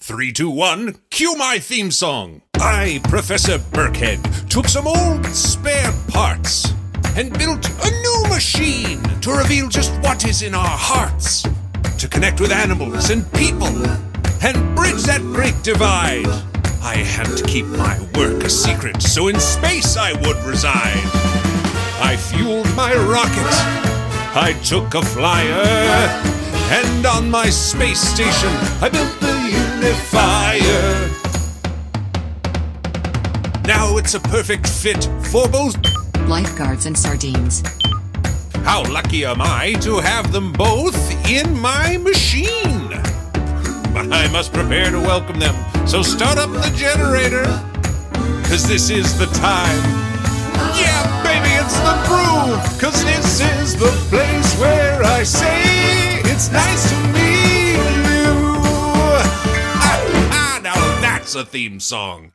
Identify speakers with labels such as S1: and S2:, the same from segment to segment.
S1: Three, two, one, cue my theme song. I, Professor Burkhead, took some old spare parts and built a new machine to reveal just what is in our hearts, to connect with animals and people, and bridge that great divide. I had to keep my work a secret, so in space I would reside. I fueled my rocket. I took a flyer, and on my space station, I built the unifier. Now it's a perfect fit for both.
S2: Lifeguards and sardines.
S1: How lucky am I to have them both in my machine? But I must prepare to welcome them, so start up the generator, cause this is the time. Yeah, baby, it's the groove. Cause this is the place where I say it's nice to meet you. Ah, ah, now that's a theme song.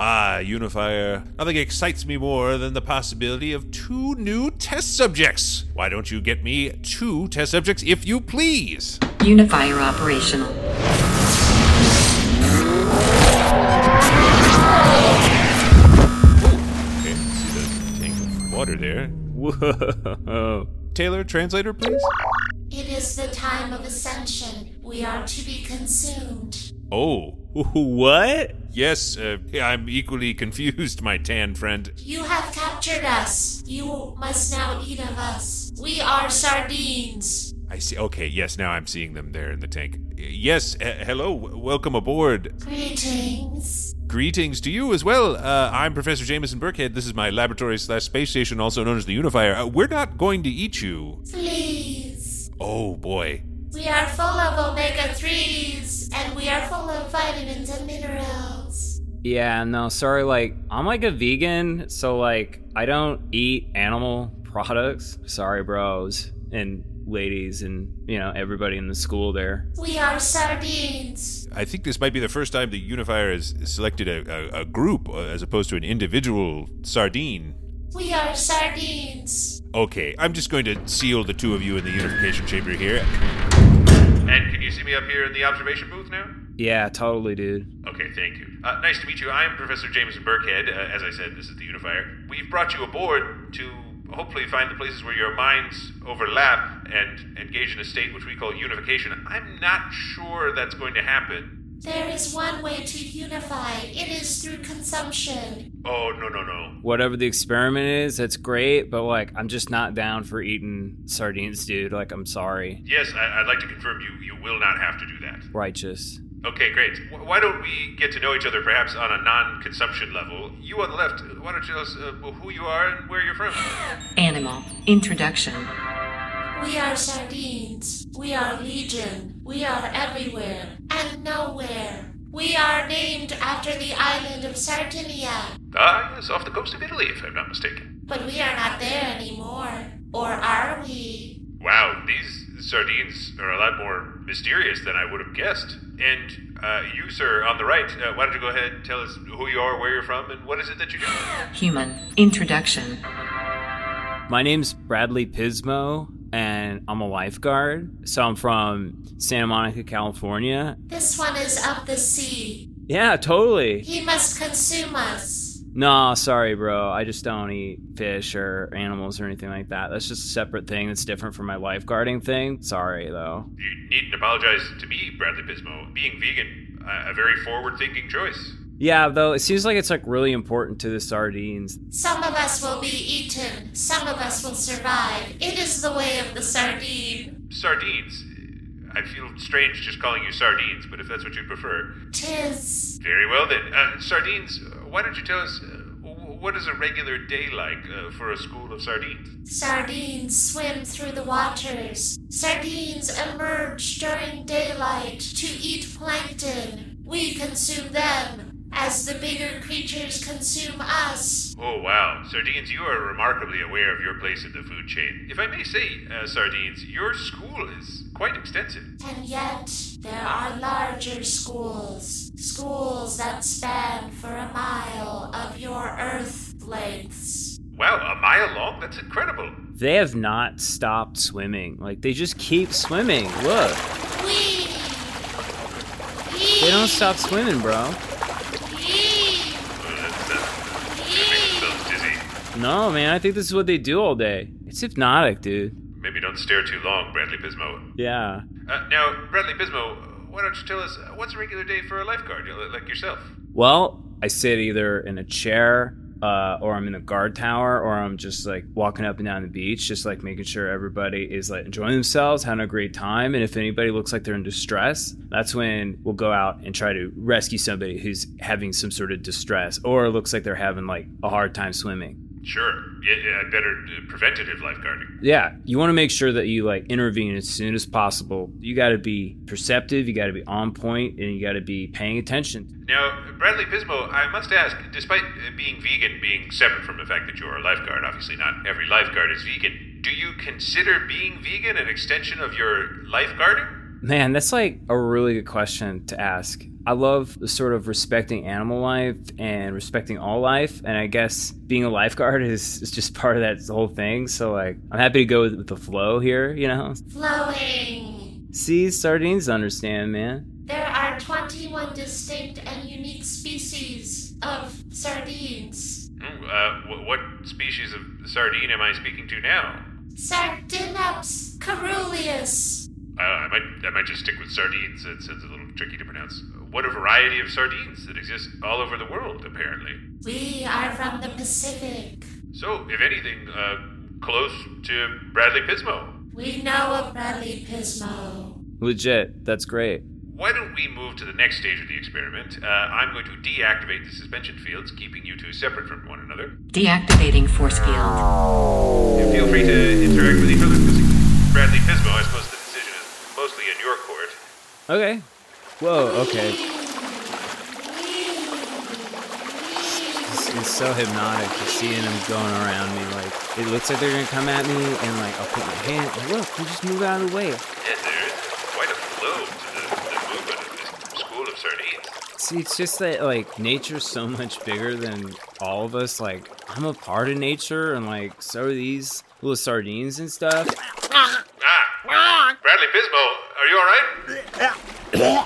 S1: Ah, Unifier, nothing excites me more than the possibility of two new test subjects. Why don't you get me two test subjects if you please?
S2: Unifier operational.
S1: Okay, see the tank of water there. Whoa. Taylor, translator, please.
S3: It is the time of ascension. We are to be consumed.
S1: Oh,
S4: What?
S1: Yes, uh, I'm equally confused, my tan friend.
S3: You have captured us. You must now eat of us. We are sardines.
S1: I see. Okay, yes, now I'm seeing them there in the tank. Yes, uh, hello, w- welcome aboard.
S3: Greetings.
S1: Greetings to you as well. Uh, I'm Professor Jameson Burkhead. This is my laboratory slash space station, also known as the Unifier. Uh, we're not going to eat you.
S3: Please.
S1: Oh boy.
S3: We are full of omega 3s and we are full of vitamins and minerals.
S4: Yeah, no, sorry. Like, I'm like a vegan, so like, I don't eat animal products. Sorry, bros and ladies, and you know, everybody in the school there.
S3: We are sardines.
S1: I think this might be the first time the Unifier has selected a, a, a group uh, as opposed to an individual sardine.
S3: We are sardines.
S1: Okay, I'm just going to seal the two of you in the unification chamber here. And can you see me up here in the observation booth now?
S4: Yeah, totally, dude.
S1: Okay, thank you. Uh, nice to meet you. I am Professor Jameson Burkhead. Uh, as I said, this is the Unifier. We've brought you aboard to hopefully find the places where your minds overlap and engage in a state which we call unification. I'm not sure that's going to happen.
S3: There is one way to unify. It is through consumption.
S1: Oh, no, no, no.
S4: Whatever the experiment is, that's great, but like, I'm just not down for eating sardines, dude. Like, I'm sorry.
S1: Yes, I- I'd like to confirm you, you will not have to do that.
S4: Righteous.
S1: Okay, great. W- why don't we get to know each other perhaps on a non consumption level? You on the left, why don't you tell us uh, who you are and where you're from?
S2: Animal. Introduction.
S3: We are sardines. We are legion. We are everywhere and nowhere. We are named after the island of Sardinia,
S1: Ah, yes, off the coast of Italy, if I'm not mistaken.
S3: but we are not there anymore. Or are we?
S1: Wow, these sardines are a lot more mysterious than I would have guessed. And uh, you, sir, on the right, uh, why don't you go ahead and tell us who you are, where you're from, and what is it that you do?
S2: Human. Introduction.
S4: My name's Bradley Pismo, and I'm a lifeguard. So I'm from Santa Monica, California.
S3: This one is of the sea.
S4: Yeah, totally.
S3: He must consume us.
S4: No, sorry, bro. I just don't eat fish or animals or anything like that. That's just a separate thing that's different from my lifeguarding thing. Sorry, though.
S1: You needn't apologize to me, Bradley Pismo. Being vegan, uh, a very forward thinking choice.
S4: Yeah, though, it seems like it's like really important to the sardines.
S3: Some of us will be eaten, some of us will survive. It is the way of the sardine.
S1: Sardines. I feel strange just calling you sardines, but if that's what you prefer.
S3: Tis.
S1: Very well then. Uh, sardines, uh, why don't you tell us uh, wh- what is a regular day like uh, for a school of sardines?
S3: Sardines swim through the waters. Sardines emerge during daylight to eat plankton. We consume them as the bigger creatures consume us.
S1: Oh, wow. Sardines, you are remarkably aware of your place in the food chain. If I may say, uh, Sardines, your school is quite extensive.
S3: And yet, there are larger schools. Schools that span for a mile of your Earth lengths.
S1: Wow, a mile long? That's incredible.
S4: They have not stopped swimming. Like, they just keep swimming. Look.
S3: We!
S4: don't stop swimming, bro.
S3: Yee!
S1: uh, Makes
S3: Yee!
S1: those dizzy.
S4: No, man, I think this is what they do all day. It's hypnotic, dude.
S1: Maybe don't stare too long, Bradley Pismo.
S4: Yeah.
S1: Uh, now, Bradley Pismo, why don't you tell us uh, what's a regular day for a lifeguard uh, like yourself?
S4: Well, I sit either in a chair, uh, or I'm in a guard tower, or I'm just like walking up and down the beach, just like making sure everybody is like enjoying themselves, having a great time. And if anybody looks like they're in distress, that's when we'll go out and try to rescue somebody who's having some sort of distress or looks like they're having like a hard time swimming.
S1: Sure. Yeah, yeah better uh, preventative lifeguarding.
S4: yeah you want to make sure that you like intervene as soon as possible you got to be perceptive you got to be on point and you got to be paying attention
S1: Now, Bradley Pismo, I must ask, despite uh, being vegan being separate from the fact that you are a lifeguard, obviously not every lifeguard is vegan, do you consider being vegan an extension of your lifeguarding?
S4: man that's like a really good question to ask i love the sort of respecting animal life and respecting all life and i guess being a lifeguard is, is just part of that whole thing so like i'm happy to go with, with the flow here you know
S3: Flowing.
S4: see sardines understand man
S3: There are 21 distinct and unique species of sardines.
S1: Hmm, uh, wh- what species of sardine am I speaking to now?
S3: Sardinops caruleus.
S1: Uh, I might I might just stick with sardines. It sounds a little tricky to pronounce. What a variety of sardines that exist all over the world, apparently.
S3: We are from the Pacific.
S1: So, if anything, uh, close to Bradley Pismo.
S3: We know of Bradley Pismo.
S4: legit that's great
S1: Why don't we move to the next stage of the experiment? Uh, I'm going to deactivate the suspension fields, keeping you two separate from one another.
S2: Deactivating force field.
S1: And feel free to interact with each other physically. Bradley Pismo, I suppose the decision is mostly in your court.
S4: okay whoa okay It's, it's so hypnotic just seeing them going around me. Like it looks like they're gonna come at me, and like I'll put my hand. Like, Look, you just move out of the way.
S1: And there is quite a flow to the, the movement of this school of sardines.
S4: See, it's just that like nature's so much bigger than all of us. Like I'm a part of nature, and like so are these little sardines and stuff.
S1: Ah! Bradley Pismo, are you alright?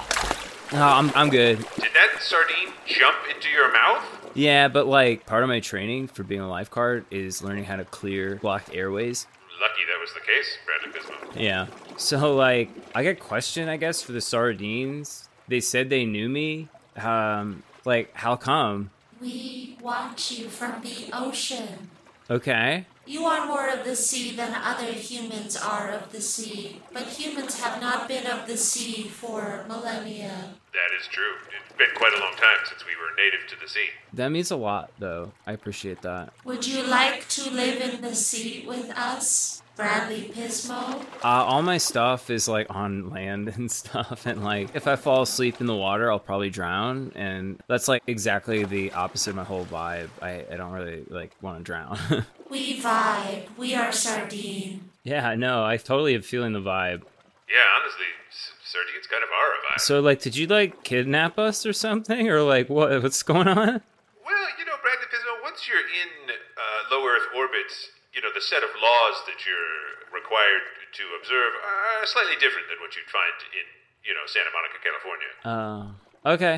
S4: No, I'm I'm good.
S1: Did that sardine jump into your mouth?
S4: Yeah, but like part of my training for being a lifeguard is learning how to clear blocked airways.
S1: Lucky that was the case, Bradley Pismo.
S4: Yeah. So like I got questioned, I guess, for the sardines. They said they knew me. Um, like how come?
S3: We watch you from the ocean.
S4: Okay.
S3: You are more of the sea than other humans are of the sea, but humans have not been of the sea for millennia.
S1: That is true. It's been quite a long time since we were native to the sea.
S4: That means a lot though. I appreciate that.
S3: Would you like to live in the sea with us, Bradley Pismo?
S4: Uh, all my stuff is like on land and stuff and like if I fall asleep in the water, I'll probably drown and that's like exactly the opposite of my whole vibe. I, I don't really like want to drown.
S3: We vibe. We are sardine.
S4: yeah, no, I totally am feeling the vibe.
S1: Yeah, honestly, s- sardines kind of are a vibe.
S4: So like did you like kidnap us or something or like what what's going on?
S1: Well, you know, Bradley Pismo, once you're in uh, low Earth orbit, you know, the set of laws that you're required to observe are slightly different than what you'd find in, you know, Santa Monica, California.
S4: Uh, okay.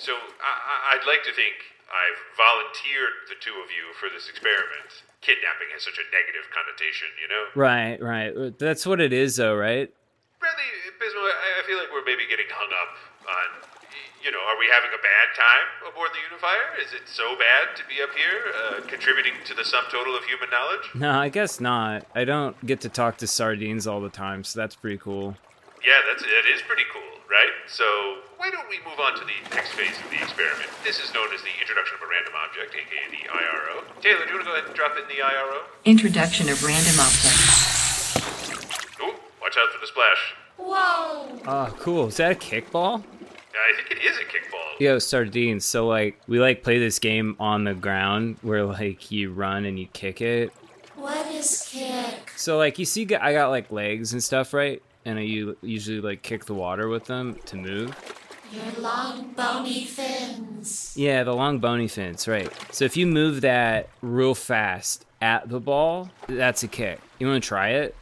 S1: So I, I- I'd like to think I've volunteered the two of you for this experiment. Kidnapping has such a negative connotation, you know.
S4: Right, right. That's what it is, though, right?
S1: Bradley Bismo, I I feel like we're maybe getting hung up on, y- you know, are we having a bad time aboard the Unifier? Is it so bad to be up here, uh, contributing to the sum total of human knowledge?
S4: No, I guess not. I don't get to talk to sardines all the time, so that's pretty cool.
S1: Yeah, that's that is pretty cool, right? So why don't we move on to the next phase of the experiment? This is known as the introduction of a random object, aka the IRO. Taylor, do you want to go ahead and drop in the IRO?
S2: Introduction of random objects.
S1: Ooh, watch out for the splash.
S3: Whoa!
S4: Oh, cool. Is that a kickball?
S1: I think it is a kickball.
S4: Yo, sardines. So, like, we like play this game on the ground where, like, you run and you kick it.
S3: What is kick?
S4: So, like, you see, g- I got, like, legs and stuff, right? And I u- usually, like, kick the water with them to move.
S3: Your long bony fins.
S4: Yeah, the long bony fins, right. So, if you move that real fast at the ball, that's a kick. You want to try it?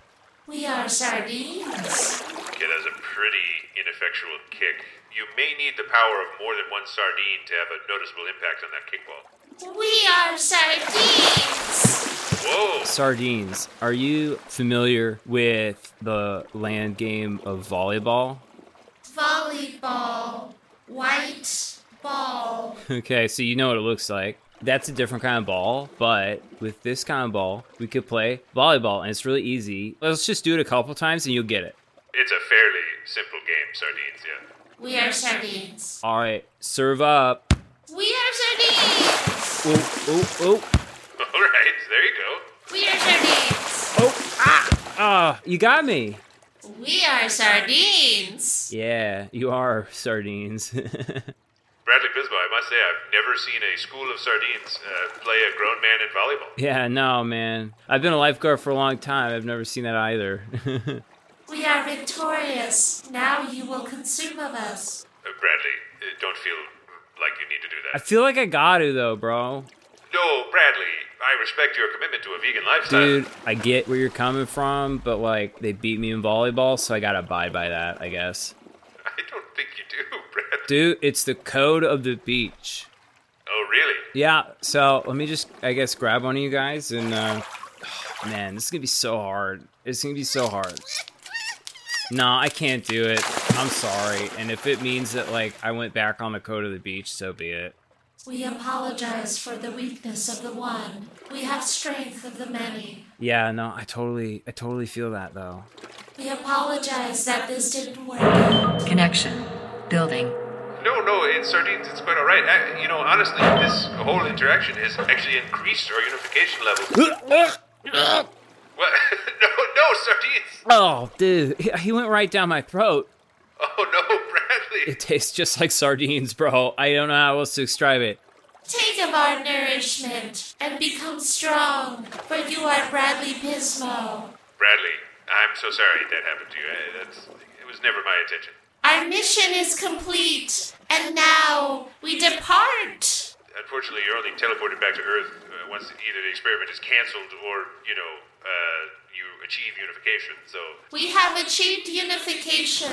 S3: We are sardines.
S1: Okay, that's a pretty ineffectual kick.
S5: kick. You may need the power of more than one sardine to have a noticeable impact on that kickball.
S3: We are sardines!
S5: Whoa!
S4: Sardines, are you familiar with the land game of volleyball?
S3: Volleyball. White ball.
S4: Okay, so you know what it looks like. That's a different kind of ball, but with this kind of ball, we could play volleyball, and it's really easy. Let's just do it a couple times and you'll get it.
S5: It's a fairly simple game, sardines, yeah.
S3: We are sardines.
S4: All right, serve up.
S3: We are sardines!
S4: Oh, oh, oh,
S5: All right, there you go.
S3: We are sardines!
S4: oh, ah, ah, you got me.
S3: We are sardines!
S4: Yeah, you are sardines.
S5: Bradley Bisbal, I must say, I've never seen a school of sardines uh, play a grown man in volleyball.
S4: yeah, no, man. I've been a lifeguard for a long time. I've never seen that either.
S3: We are victorious. Now you will consume of us.
S5: Uh, Bradley, uh, don't feel like you need to do
S4: I
S5: that.
S4: feel like I got to, though, bro.
S5: No, Bradley, I respect your commitment to a vegan lifestyle.
S4: Dude, I get where you're coming from, but like they beat me in volleyball, so I gotta abide by that, I guess.
S5: I don't think you do, Bradley.
S4: Dude, it's the code of the beach.
S5: Oh, really?
S4: Yeah, so let me just, I guess, grab one of you guys and, uh, man, this is gonna be so hard. It's gonna be so hard. Nah, I can't do it. I'm sorry. And if it means that, like, I went back on the code of the beach, so be it.
S3: We apologize for the weakness of the one. We have strength of the many.
S4: Yeah, no, I totally, I totally feel that though.
S3: We apologize that this didn't work out.
S2: Connection. Building.
S5: No, no, in sardines, it's quite all right. I, you know, honestly, this whole interaction has actually increased our unification levels. What? no, no, sardines.
S4: Oh, dude, he- he went right down my throat.
S5: Oh no, Bradley.
S4: It tastes just like sardines, bro. I don't know how else to describe it.
S3: Take of our nourishment and become strong, for you are Bradley Pismo.
S5: Bradley, I'm so sorry that happened to you. I, that's it was never my intention.
S3: Our mission is complete, and now we depart.
S5: Unfortunately, you're only teleported back to Earth uh, once either the experiment is canceled or you know uh, you achieve unification. So,
S3: We have achieved unification.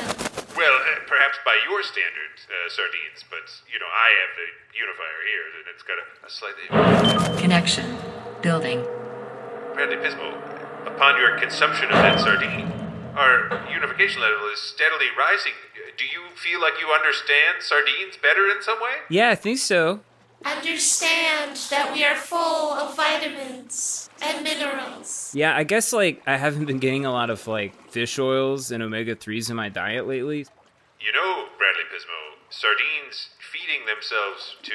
S5: well, uh, perhaps by your standards, uh, sardines, but you know I have the unifier here, and it's got a, a slightly.
S2: Connection. Building.
S5: Bradley Pismo, upon your consumption of that sardine, our unification level is steadily rising. Do you feel like you understand sardines better in some way?
S4: Yeah, I think so.
S3: Understand that we are full of vitamins and minerals.
S4: Yeah, I guess like I haven't been getting a lot of like fish oils and omega 3s in my diet lately.
S5: You know, Bradley Pismo, sardines feeding themselves to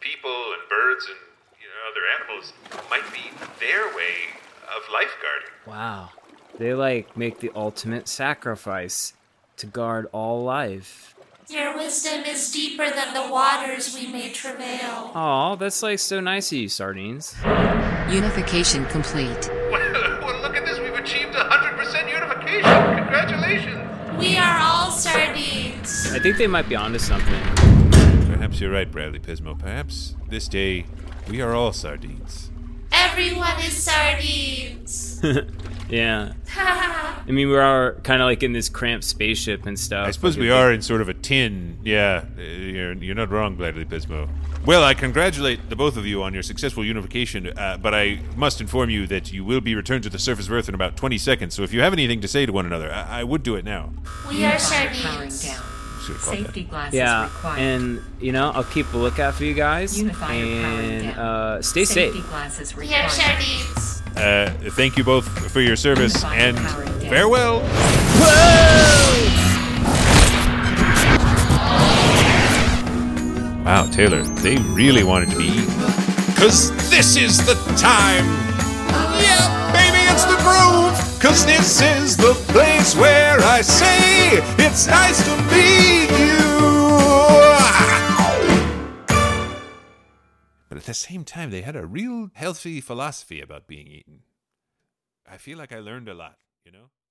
S5: people and birds and you know, other animals might be their way of lifeguarding.
S4: Wow. They like make the ultimate sacrifice to guard all life.
S3: Your wisdom is deeper than the waters we may travail.
S4: Aw, that's like so nice of you, sardines.
S2: Unification complete.
S5: Well, well look at this. We've achieved 100% unification. Congratulations.
S3: We are all sardines.
S4: I think they might be onto something.
S1: Perhaps you're right, Bradley Pismo. Perhaps this day we are all sardines.
S3: Everyone is sardines.
S4: Yeah.
S3: Ha
S4: I mean, we are kind of like in this cramped spaceship and stuff.
S1: I suppose we are in sort of a tin. Yeah, uh, you're, you're not wrong, Bradley Pismo. Well, I congratulate the both of you on your successful unification, uh, but I must inform you that you will be returned to the surface of Earth in about 20 seconds, so if you have anything to say to one another, I, I would do it now.
S3: we are
S2: Powering
S3: sardines.
S2: down.
S1: Should have called that.
S2: Safety glasses
S4: Yeah,
S2: required.
S4: and you know, I'll keep a lookout for you guys.
S2: Unifier powering
S4: and
S2: down.
S4: uh, stay
S2: Safety
S4: safe.
S2: glasses
S3: We are
S2: required.
S3: sardines.
S1: Uh, thank you both for your service,
S2: Unifier
S1: and
S2: powering down.
S1: farewell! Wow, Taylor, they really wanted to be eaten. Cause this is the time. Yeah, baby, it's the groove. Cause this is the place where I say it's nice to meet you. But at the same time, they had a real healthy philosophy about being eaten. I feel like I learned a lot, you know?